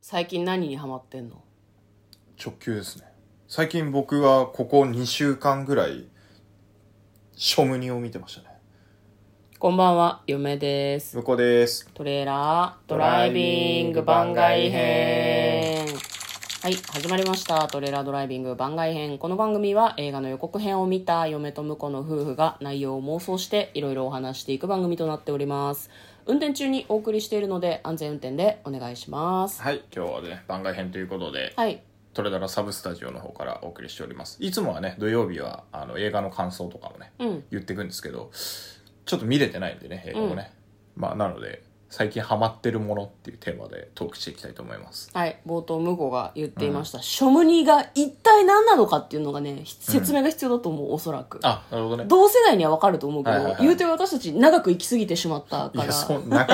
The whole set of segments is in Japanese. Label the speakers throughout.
Speaker 1: 最近何にハマってんの
Speaker 2: 直球ですね。最近僕はここ2週間ぐらい、ショムニを見てましたね。
Speaker 1: こんばんは、嫁です。
Speaker 2: 向こうです。
Speaker 1: トレーラードライビング番外編。はい、始まりました。トレーラードライビング番外編。この番組は映画の予告編を見た嫁と婿の夫婦が内容を妄想していろいろお話していく番組となっております。運転中にお送りしているので安全運転でお願いします。
Speaker 2: はい、今日はね、番外編ということで、
Speaker 1: はい、
Speaker 2: トレダラサブスタジオの方からお送りしております。いつもはね、土曜日はあの映画の感想とかもね、
Speaker 1: うん
Speaker 2: 言っていくんですけど、ちょっと見れてないんでね、映画もね。まあ、なので、最近ハマってるものっていうテーマでトークしていきたいと思います。
Speaker 1: はい、冒頭向こうが言っていました、ショムニが一体何なのかっていうのがね、説明が必要だと思う、おそらく。
Speaker 2: あ、なるほどね。
Speaker 1: 同世代には分かると思うけど、
Speaker 2: はいはいはい
Speaker 1: 言うて私たち長く生き過ぎてしまった
Speaker 2: い
Speaker 1: から
Speaker 2: や、そんな、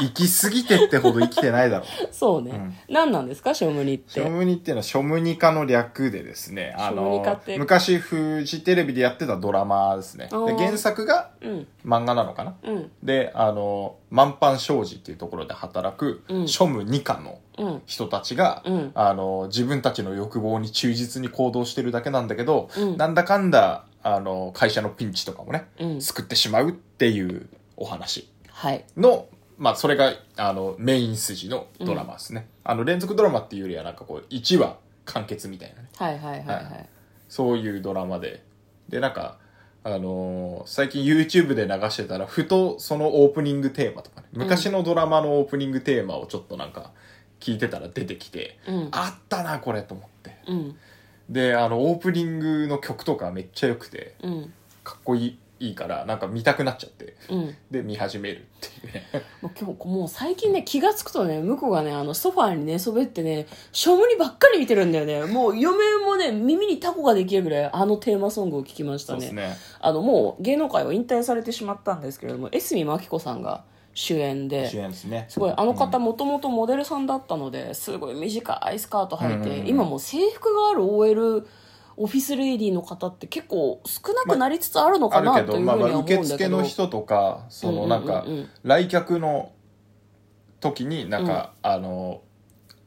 Speaker 2: 行き過ぎてってほど生きてないだろう。
Speaker 1: そうね、何なんですかショムニっ
Speaker 2: シ
Speaker 1: て
Speaker 2: ョムニっていうのはショムニカの略でですね、あ
Speaker 1: ショムニカっ
Speaker 2: の
Speaker 1: て、
Speaker 2: 昔フジテレビでやってたドラマですね。で
Speaker 1: あー
Speaker 2: 原作が
Speaker 1: うん
Speaker 2: 漫画なのかな、
Speaker 1: うん
Speaker 2: で、あの、満帆商事っていうところで働く、
Speaker 1: うん
Speaker 2: ショムニカの
Speaker 1: うん
Speaker 2: 人たちが、
Speaker 1: うん
Speaker 2: あの、自分たちの欲望に忠実に行動してるだけなんだけど、
Speaker 1: うん
Speaker 2: なんだかんだ、あの、会社のピンチとかもね、
Speaker 1: うん
Speaker 2: 救ってしまうっていうお話。
Speaker 1: はい
Speaker 2: の、まあ、それが、あの、メイン筋のドラマですね。あの、連続ドラマっていうよりは、なんかこう、1話完結みたいなね。
Speaker 1: はいはいはいは
Speaker 2: はいそういうドラマで。で、なんか、あのー最近 YouTube で流してたら、ふとそのオープニングテーマとかね、昔のドラマのオープニングテーマをちょっとなんか、聞いてたら出てきて、
Speaker 1: うん
Speaker 2: あったな、これと思って。
Speaker 1: うん
Speaker 2: で、あの、オープニングの曲とかめっちゃ良くて、
Speaker 1: うん
Speaker 2: かっこいいいいから、なんか見たくなっちゃって、
Speaker 1: うん
Speaker 2: で、見始めるっていうね。
Speaker 1: もう今日もう最近ね気がつくとね向こうがねあのソファーに寝そべってねショムニばっかり見てるんだよねもう嫁もね耳にタコができるぐらいあのテーマソングを聞きました
Speaker 2: そうで
Speaker 1: ね
Speaker 2: すね。
Speaker 1: あのもう芸能界を引退されてしまったんですけれども江角真紀子さんが主演で
Speaker 2: 主演ですね。
Speaker 1: すごいあの方もともとモデルさんだったのですごい短いスカート履いて、
Speaker 2: うんうんうん
Speaker 1: 今もう制服がある OL オフィスレディの方って結構少なくなりつつあるのかな、
Speaker 2: あるけ
Speaker 1: とい
Speaker 2: ど、
Speaker 1: うふうに
Speaker 2: まあ
Speaker 1: は思
Speaker 2: まあ、
Speaker 1: うんだけ
Speaker 2: 受
Speaker 1: ど、
Speaker 2: 付の人とか、そのなんか
Speaker 1: うんうんうんうん、
Speaker 2: 来客の時に、なんか、あの、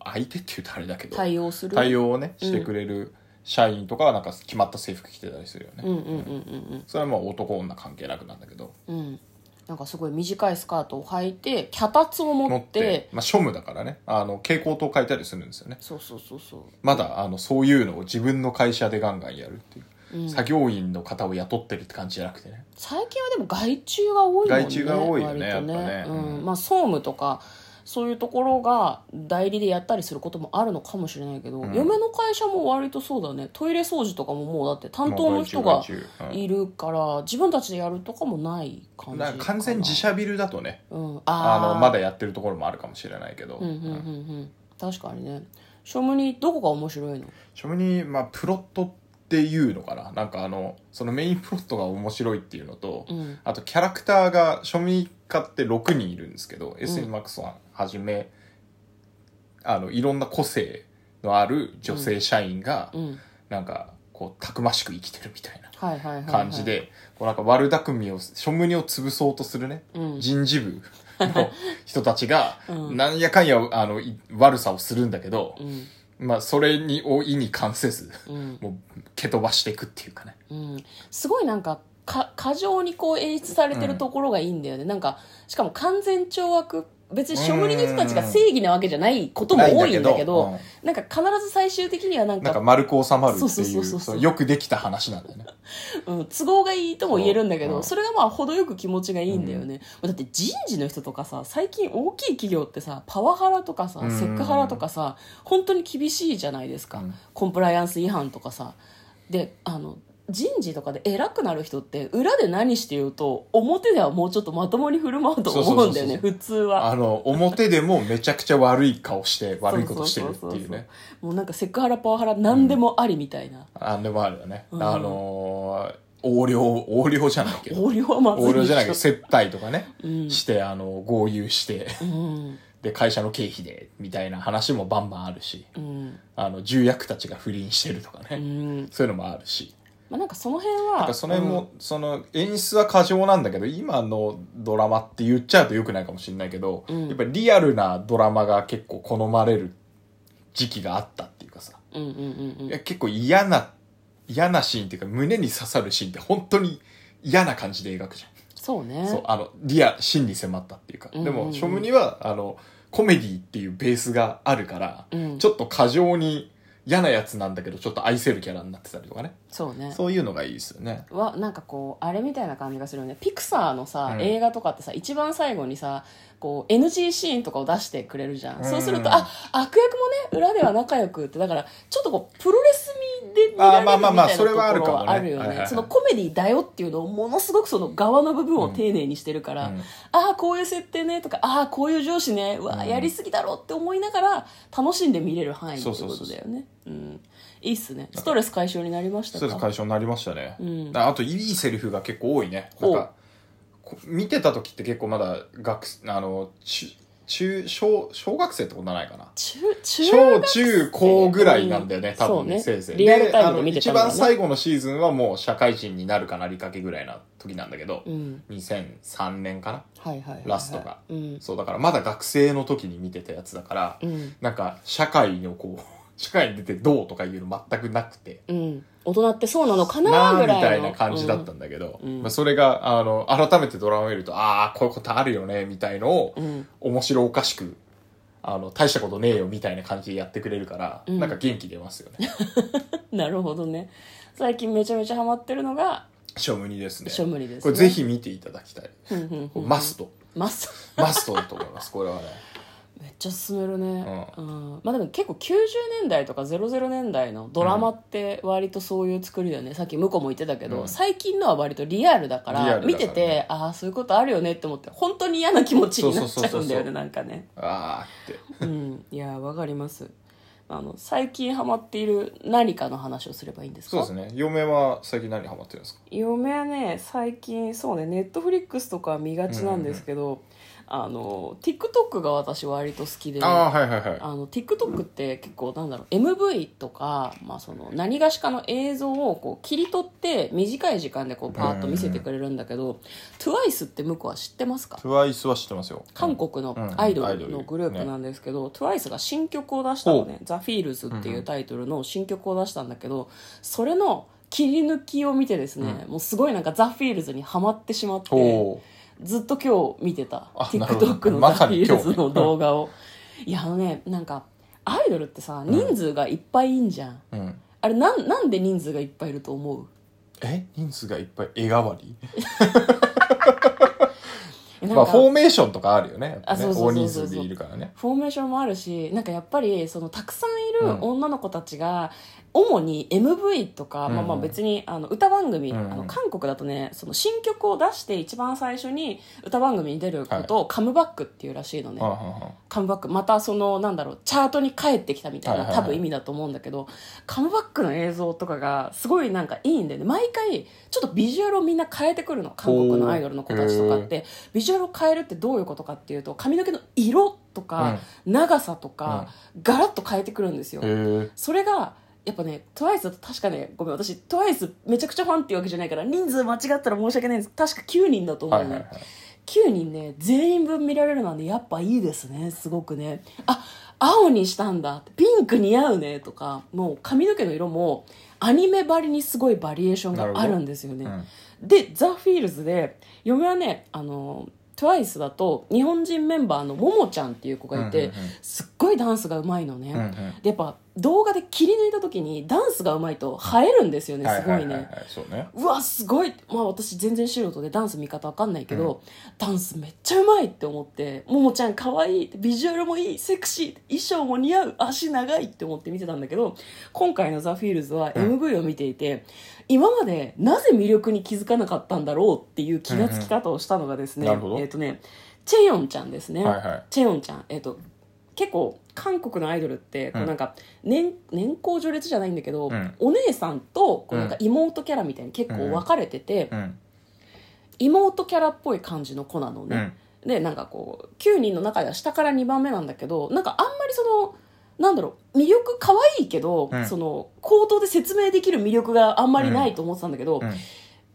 Speaker 2: 相手って言うとあれだけど、
Speaker 1: 対応する
Speaker 2: 対応をね、してくれる社員とかは、なんか決まった制服着てたりするよ
Speaker 1: うん
Speaker 2: ね。
Speaker 1: うんうんうん
Speaker 2: それはもう男女関係なくなんだけど、
Speaker 1: うんうんなんかすごい短いスカートを履いて脚立を持
Speaker 2: 持
Speaker 1: っ
Speaker 2: ってて、まあ、庶務だからね、あの、蛍光灯変えたりするんですよね。
Speaker 1: そうそうそうそ
Speaker 2: まだ、あの、そういうのを自分の会社でガンガンやるっていう。
Speaker 1: う、うん、
Speaker 2: 作業員の方を雇ってるって感じじゃなくてね。
Speaker 1: 最近はでも外注が多いもんね
Speaker 2: 外注が多いよ
Speaker 1: 割
Speaker 2: ね
Speaker 1: と
Speaker 2: やっぱね
Speaker 1: うん
Speaker 2: うん
Speaker 1: まあ、総務とかそういうところが代理でやったりすることもあるのかもしれないけど、
Speaker 2: うん
Speaker 1: 嫁の会社も割とそうだねトイレ掃除とかももうだって担当の人が
Speaker 2: 外注外注うん
Speaker 1: いるから自分たちでやるとかもない感じ
Speaker 2: だ
Speaker 1: か
Speaker 2: から
Speaker 1: な
Speaker 2: 完全自、社ビルだとね
Speaker 1: うん、
Speaker 2: あ
Speaker 1: あー
Speaker 2: のまだやってるところもあるかもしれないけど、
Speaker 1: うんうんうんうん確かにね庶務にどこが面白いの
Speaker 2: ちなみに、まあ、プロットっていうのかななんかあのそのメインプロットが面白いっていうのと、
Speaker 1: うん
Speaker 2: あとキャラクターが庶民家って6人いるんですけど、s n マックスさんはじめあのいろんな個性のある女性社員が、
Speaker 1: うん
Speaker 2: なんかこうたくましく生きてるみたいな
Speaker 1: はいはいはい、はい、
Speaker 2: 感じで、こうなんか悪巧みを庶務にを潰そうとするね、
Speaker 1: うん
Speaker 2: 人事部の人た ちが、
Speaker 1: うん
Speaker 2: なんやかんやあのい悪さをするんだけど
Speaker 1: う、ん
Speaker 2: まあそれにを意に関せず
Speaker 1: うん
Speaker 2: もう蹴飛ばしていくっていうかね
Speaker 1: うん、すごいなんかか過剰にこう演出されてるところがいいんだよね、なんかしかも完全懲悪別に庶務の人たちが正義なわけじゃないことも多いんだけど
Speaker 2: ないんだ
Speaker 1: なんか必ず最終的にはなん
Speaker 2: うんなんか
Speaker 1: か
Speaker 2: 丸く収まるってい
Speaker 1: そ
Speaker 2: う
Speaker 1: うそうそうそう
Speaker 2: そうよくできた話なんだよね
Speaker 1: うん、都合がいいとも言えるんだけ
Speaker 2: そうう
Speaker 1: ど
Speaker 2: ん
Speaker 1: それがまあ程よく気持ちがいいんだよね、だって人事の人とかさ最近大きい企業ってさパワハラとかさ
Speaker 2: うん
Speaker 1: セクハラとかさ本当に厳しいじゃないですか、
Speaker 2: うん
Speaker 1: コンプライアンス違反とかさであの人事とかで偉くなる人って裏で何して言うと表ではもうちょっとまともに振る舞うと思うんだよね
Speaker 2: そうそうそうそ
Speaker 1: 普通は
Speaker 2: あの表でもめちゃくちゃ悪い 顔して悪いことしてるって
Speaker 1: そそ
Speaker 2: い
Speaker 1: そうそ
Speaker 2: ね
Speaker 1: もうなんかセクハラパワハラ何でもありみたいな、
Speaker 2: あんでもあるよね、
Speaker 1: うん
Speaker 2: あのー横領横領じゃないけど
Speaker 1: 横領は まずい
Speaker 2: 横領じゃないけ
Speaker 1: で
Speaker 2: ど
Speaker 1: し
Speaker 2: 接待とかね、
Speaker 1: ょうん
Speaker 2: してあの豪遊して
Speaker 1: うん
Speaker 2: で会社の経費でみたいな話もバンバンあるし
Speaker 1: うん
Speaker 2: あの重役たちが不倫してるとかね、
Speaker 1: うん
Speaker 2: そういうのもあるし
Speaker 1: まあ、なんかその辺
Speaker 2: なん
Speaker 1: は
Speaker 2: かその辺も、その演出は過剰なんだけど今のドラマって言っちゃうとよくないかもしれないけど、
Speaker 1: うん
Speaker 2: やっぱりリアルなドラマが結構好まれる時期があったっていうかさ、
Speaker 1: うんうんうん
Speaker 2: いうや結構嫌な嫌なシーンっていうか胸に刺さるシーンって本当に嫌な感じで描くじゃ
Speaker 1: そうね
Speaker 2: んそうあのリア真に迫ったっていうか、
Speaker 1: うんうんう
Speaker 2: で
Speaker 1: ん
Speaker 2: もショムにはあのコメディっていうベースがあるから、
Speaker 1: うん
Speaker 2: ちょっと過剰に嫌なやつなんだけどちょっと愛せるキャラになってたりとかね
Speaker 1: そうね
Speaker 2: そういうのがいいですよね
Speaker 1: はなんかこうあれみたいな感じがするよねピクサーのさ、
Speaker 2: うん
Speaker 1: 映画とかってさ一番最後にさこう NG シーンとかを出してくれるじゃん、
Speaker 2: うん
Speaker 1: そうするとあ悪役もね裏では仲良くってだからちょっとこうプロレス味で見られる
Speaker 2: あー
Speaker 1: み
Speaker 2: ま
Speaker 1: たい
Speaker 2: あ
Speaker 1: な
Speaker 2: まあまあ
Speaker 1: と
Speaker 2: そ
Speaker 1: こ
Speaker 2: れ
Speaker 1: ろ
Speaker 2: はあるかもね
Speaker 1: はあるよね、
Speaker 2: はいはいはい
Speaker 1: そのコメディだよっていうのをものすごくその側の部分を丁寧にしてるから、
Speaker 2: うん
Speaker 1: ああこういう設定ねとかああこういう上司ねうわ
Speaker 2: う
Speaker 1: ー
Speaker 2: ん
Speaker 1: やりすぎだろって思いながら楽しんで見れる範囲って
Speaker 2: そ
Speaker 1: こ
Speaker 2: うそうそう
Speaker 1: とだよねうんいいっすねストレス解消になりました
Speaker 2: スト
Speaker 1: か
Speaker 2: レス解消になりましたね、
Speaker 1: うん
Speaker 2: あといいセリフが結構多いねなんかこ見てた時って結構まだ学あの中中小小学生ってことはないかな
Speaker 1: 中中
Speaker 2: 小中高ぐらいなんだよね、多分ね
Speaker 1: そう
Speaker 2: せ
Speaker 1: ね
Speaker 2: いぜい
Speaker 1: リアルタイムで見て
Speaker 2: 一
Speaker 1: たんだね
Speaker 2: 番最後のシーズンはもう社会人になるかなりかけぐらいな時なんだけど、
Speaker 1: うん
Speaker 2: 2003年かな、
Speaker 1: はいはいはいはい
Speaker 2: ラストが
Speaker 1: うん
Speaker 2: そうだからまだ学生の時に見てたやつだから、
Speaker 1: うん
Speaker 2: なんか社会のこう 社会に出てどうとかいうの全くなくて
Speaker 1: うん大人ってそうなのかな
Speaker 2: なあ
Speaker 1: ぐ
Speaker 2: み
Speaker 1: らいの
Speaker 2: たいな感じだったんだけど、
Speaker 1: うんうん
Speaker 2: まあ、それがあの改めてドラマ見るとああこういうことあるよねみたいのを、
Speaker 1: うんうん
Speaker 2: 面白おかしくあの大したことねえよみたいな感じでやってくれるから、
Speaker 1: うん
Speaker 2: なんか元気出ますよ ね
Speaker 1: なるほどね最近めちゃめちゃハマってるのが
Speaker 2: ショムニですね
Speaker 1: ショムリですね
Speaker 2: これぜひ見ていただきたい、
Speaker 1: ふんふんふん
Speaker 2: マスト
Speaker 1: マス
Speaker 2: マストだと思いますこれはね
Speaker 1: めっちゃ進めるねうんまあでも結構90年代とか00年代のドラマって割とそういう作りだよねさっき向こうも言ってたけ
Speaker 2: う
Speaker 1: ど
Speaker 2: ん
Speaker 1: 最近のは割とリアルだか
Speaker 2: リア
Speaker 1: ら
Speaker 2: ルだからね
Speaker 1: 見ててああそういうことあるよねって思って本当に嫌な気持ちになっちゃ
Speaker 2: そうそううそ
Speaker 1: ん
Speaker 2: う
Speaker 1: だ
Speaker 2: そ
Speaker 1: よ
Speaker 2: うそ
Speaker 1: ね
Speaker 2: う
Speaker 1: なんかね
Speaker 2: あーっ
Speaker 1: う
Speaker 2: て
Speaker 1: ん、いやわかりますあの最近ハマっている何かの話をすればいいんです
Speaker 2: そう
Speaker 1: か
Speaker 2: ですね嫁は最近何にハマってるんですか
Speaker 1: 嫁はね最近そうねネットフリックスとか見がちなんですけど、あの TikTok が私割と好きで
Speaker 2: ああはいはいはい
Speaker 1: あの TikTok って結構なんだろう MV とか、まあ、その何がしかの映像をこう切り取って短い時間でこうパーッと見せてくれるんだけど TWICE って向こうは知ってますか
Speaker 2: TWICE は知ってますよ
Speaker 1: 韓国の
Speaker 2: うん
Speaker 1: アイドルのグループなんですけど、TWICE が新曲を出したのね「THEFEELS」っていうタイトルの新曲を出したんだけどそれの切り抜きを見てですね、もうすごいなんか「THEFEELS」にハマってしまって
Speaker 2: お
Speaker 1: ずっと今日見てた
Speaker 2: あなるほど
Speaker 1: TikTok の
Speaker 2: まさに今日
Speaker 1: THEFEELS の動画 を、いやあのねなんかアイドルってさ人数がいっぱいいんじゃん、
Speaker 2: お、うん、
Speaker 1: あれなんなんで人数がいっぱいいると思う
Speaker 2: え人数がいっぱい絵代わり、
Speaker 1: えなん
Speaker 2: ま
Speaker 1: か
Speaker 2: あフォーメーションとかあるよねやっぱ
Speaker 1: あ
Speaker 2: ね
Speaker 1: そうそうそうそう
Speaker 2: 大人数でいるからね
Speaker 1: フォーメーションもあるしなんかやっぱりそのたくさんいうる
Speaker 2: ん
Speaker 1: 女の子たちが、主に MV とか、まあ、
Speaker 2: うん
Speaker 1: まあ別にあの歌番組、
Speaker 2: うん
Speaker 1: あの韓国だとねその新曲を出して一番最初に歌番組に出ることをカムバックっていうらしいのね、
Speaker 2: はあは
Speaker 1: カムバックまたそのなんだろうチャートに帰ってきたみたい
Speaker 2: は
Speaker 1: な
Speaker 2: いはい
Speaker 1: 多
Speaker 2: はい
Speaker 1: 分意味だと思うんだけど、カムバックの映像とかがすごいなんかいいんでね毎回ちょっとビジュアルをみんな変えてくるの韓国のアイドルの子たちとかってビジュアルを変えるってどういうことかっていうと髪の毛の色とか、長さとか、ガラッと変えてくるんですよ、
Speaker 2: あはあへえ
Speaker 1: それがやっぱね TWICE だと確かねごめん私 TWICE めちゃくちゃファンっていうわけじゃないから人数間違ったら申し訳ないんです確か9人だと思う
Speaker 2: は
Speaker 1: の
Speaker 2: い
Speaker 1: よ、
Speaker 2: はいはい
Speaker 1: 9人ね全員分見られるなんでやっぱいいですねすごくねあ青にしたんだピンク似合うねとかもう髪の毛の色もアニメばりにすごいバリエーションがあるんですよね、
Speaker 2: うん
Speaker 1: で「ザ・フィールズで嫁はねあの TWICE だと日本人メンバーのももちゃんっていう子がいて、
Speaker 2: うんうんうん
Speaker 1: すっごいダンスがうまいのね、
Speaker 2: うんうん
Speaker 1: でやっぱ動画で切り抜いた時にダンスがうまいと映えるんですよねすごいね、
Speaker 2: ははははそうね
Speaker 1: うわすごいまあ私全然素人でダンス見方わかんないけど、ダンスめっちゃうまいって思ってももちゃん可愛いビジュアルもいいセクシー衣装も似合う足長いって思って見てたんだけど今回の「ザ・フィールズは
Speaker 2: うん
Speaker 1: MV を見ていて、今までなぜ魅力に気づかなかったんだろうっていう気がつき方をしたのがですね、
Speaker 2: うんうんなるほど
Speaker 1: えっ、とねチェヨンちゃんですね、
Speaker 2: はいはい
Speaker 1: チェヨンちゃんえっ、と結構韓国のアイドルってこうなんか年,、年功序列じゃないんだけど、
Speaker 2: うん
Speaker 1: お姉さんとこうなんか
Speaker 2: う
Speaker 1: 妹キャラみたいに結構分かれてて、
Speaker 2: うん
Speaker 1: 妹キャラっぽい感じの子なの
Speaker 2: う
Speaker 1: ね、
Speaker 2: ん
Speaker 1: でなんかこう9人の中では下から2番目なんだけどなんかあんまりそのなんだろう魅力可愛いけど、
Speaker 2: うん
Speaker 1: その口頭で説明できる魅力があんまりないと思ってたんだけど、
Speaker 2: うん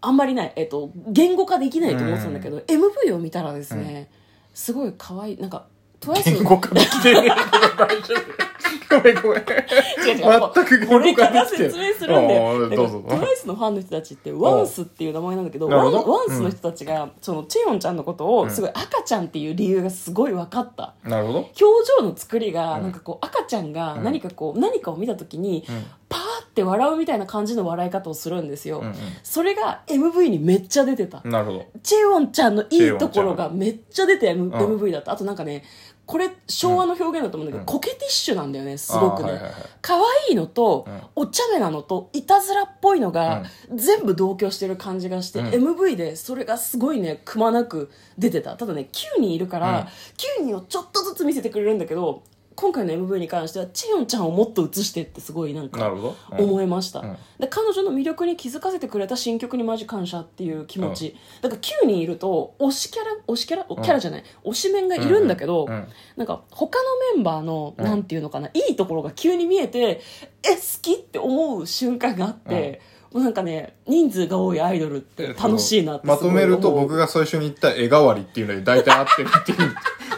Speaker 1: あんまりない、えっと言語化できないと思ってたんだけど、MV を見たらです ね、すごい可愛いなんか TWICE
Speaker 2: 言語化できてねえけど大丈夫ごめんごめん。
Speaker 1: 違う違う
Speaker 2: 全く
Speaker 1: こ れか
Speaker 2: 言
Speaker 1: ら
Speaker 2: 語化できて
Speaker 1: 説明するんだ
Speaker 2: ああ
Speaker 1: よ
Speaker 2: どう
Speaker 1: な
Speaker 2: ぞ
Speaker 1: んかトライスのファンの人たちってワンスっていう名前なんだけど
Speaker 2: なる
Speaker 1: ワ
Speaker 2: ほ
Speaker 1: ン
Speaker 2: ど
Speaker 1: ワンスの人たちがそのチェヨンちゃんのことをすごい赤ちゃんっていう理由がすごい分かった
Speaker 2: なるほど。
Speaker 1: 表情の作りがなんかこう赤ちゃんが何かこう何かを見た時に
Speaker 2: うん
Speaker 1: パーって笑うみたいな感じの笑い方をするんですよ
Speaker 2: うん
Speaker 1: それが MV にめっちゃ出てた
Speaker 2: うん。なるほど。
Speaker 1: チェヨンちゃんのいいところ
Speaker 2: チェヨンちゃ
Speaker 1: が
Speaker 2: ん
Speaker 1: めっちゃ出て M、
Speaker 2: ん
Speaker 1: MV だったあとなんかねこれ昭和の表現だと思うんだけど、
Speaker 2: うん
Speaker 1: コケティッシュなんだよねすごく
Speaker 2: あーはい
Speaker 1: ね
Speaker 2: はいはい
Speaker 1: 可愛、いのと、お茶目なのといたずらっぽいのが、全部同居してる感じがして、
Speaker 2: うん
Speaker 1: MV でそれがすごいねくまなく出てたただね9人いるから、9人をちょっとずつ見せてくれるんだけど今回の MV に関してはチェヨンちゃんをもっと映してってすごいなん
Speaker 2: な
Speaker 1: か
Speaker 2: るほど。うん
Speaker 1: 思いました、
Speaker 2: うん
Speaker 1: で彼女の魅力に気づかせてくれた新曲にマジ感謝っていう気持ち、だから9人いると推しキャラ推しキャラ、キャラじゃない推し面がいるんだけど、
Speaker 2: うんうん
Speaker 1: なんか他のメンバーの、
Speaker 2: うん
Speaker 1: なんていうのかないいところが急に見えてえ好きって思う瞬間があって、もうなんかね人数が多いアイドルって楽しいなって
Speaker 2: まとめると僕
Speaker 1: が
Speaker 2: が最初に言った絵代わりっていうので大体合ってるっていう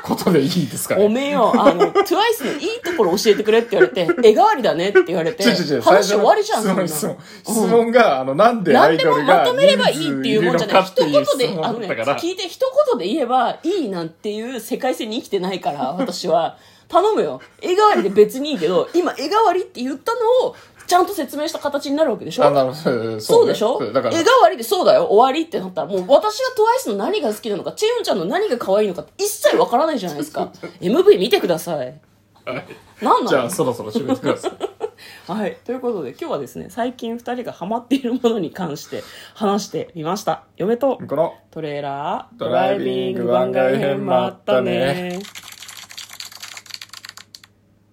Speaker 2: ことでいいですか
Speaker 1: お
Speaker 2: ね。
Speaker 1: めえよ、あ の、TWICE のいいところ教えてくれって言われて、絵代わりだねって言われ て、
Speaker 2: ちょちょちょ、
Speaker 1: 話終わりじゃん、
Speaker 2: 質
Speaker 1: そんな
Speaker 2: 問、質問。質問が、あの、なんでア
Speaker 1: 何
Speaker 2: イ
Speaker 1: で
Speaker 2: ド
Speaker 1: も
Speaker 2: ル
Speaker 1: ま
Speaker 2: が
Speaker 1: とめればいいっていうもんじゃない一
Speaker 2: 人数るのかって
Speaker 1: 言
Speaker 2: いう質
Speaker 1: で
Speaker 2: 問
Speaker 1: あ
Speaker 2: だ
Speaker 1: のね
Speaker 2: ったから。
Speaker 1: 聞いて一言で言えばいいなんていう世界線に生きてない から私は頼むよ絵代わりで別にいいけど今絵代わりって言ったのをちゃんと説明した形になるわけでしょ
Speaker 2: あ、なるほど。
Speaker 1: そう
Speaker 2: ね
Speaker 1: でしょ、
Speaker 2: そう
Speaker 1: 絵
Speaker 2: だから
Speaker 1: 代、わりでそうだよ終わりってなったらもう私が TWICE の何が好きなのかチェヨンちゃんの何が可愛いのかって一切わからないじゃないです か MV 見てください
Speaker 2: はい
Speaker 1: 何なの
Speaker 2: じゃあ、そろそろ締めてくださ い。
Speaker 1: はい。ということで、今日はですね、最近二人がハマっているものに関して話してみました。嫁と
Speaker 2: この、
Speaker 1: トレーラード
Speaker 2: ドライビング番外編もあったね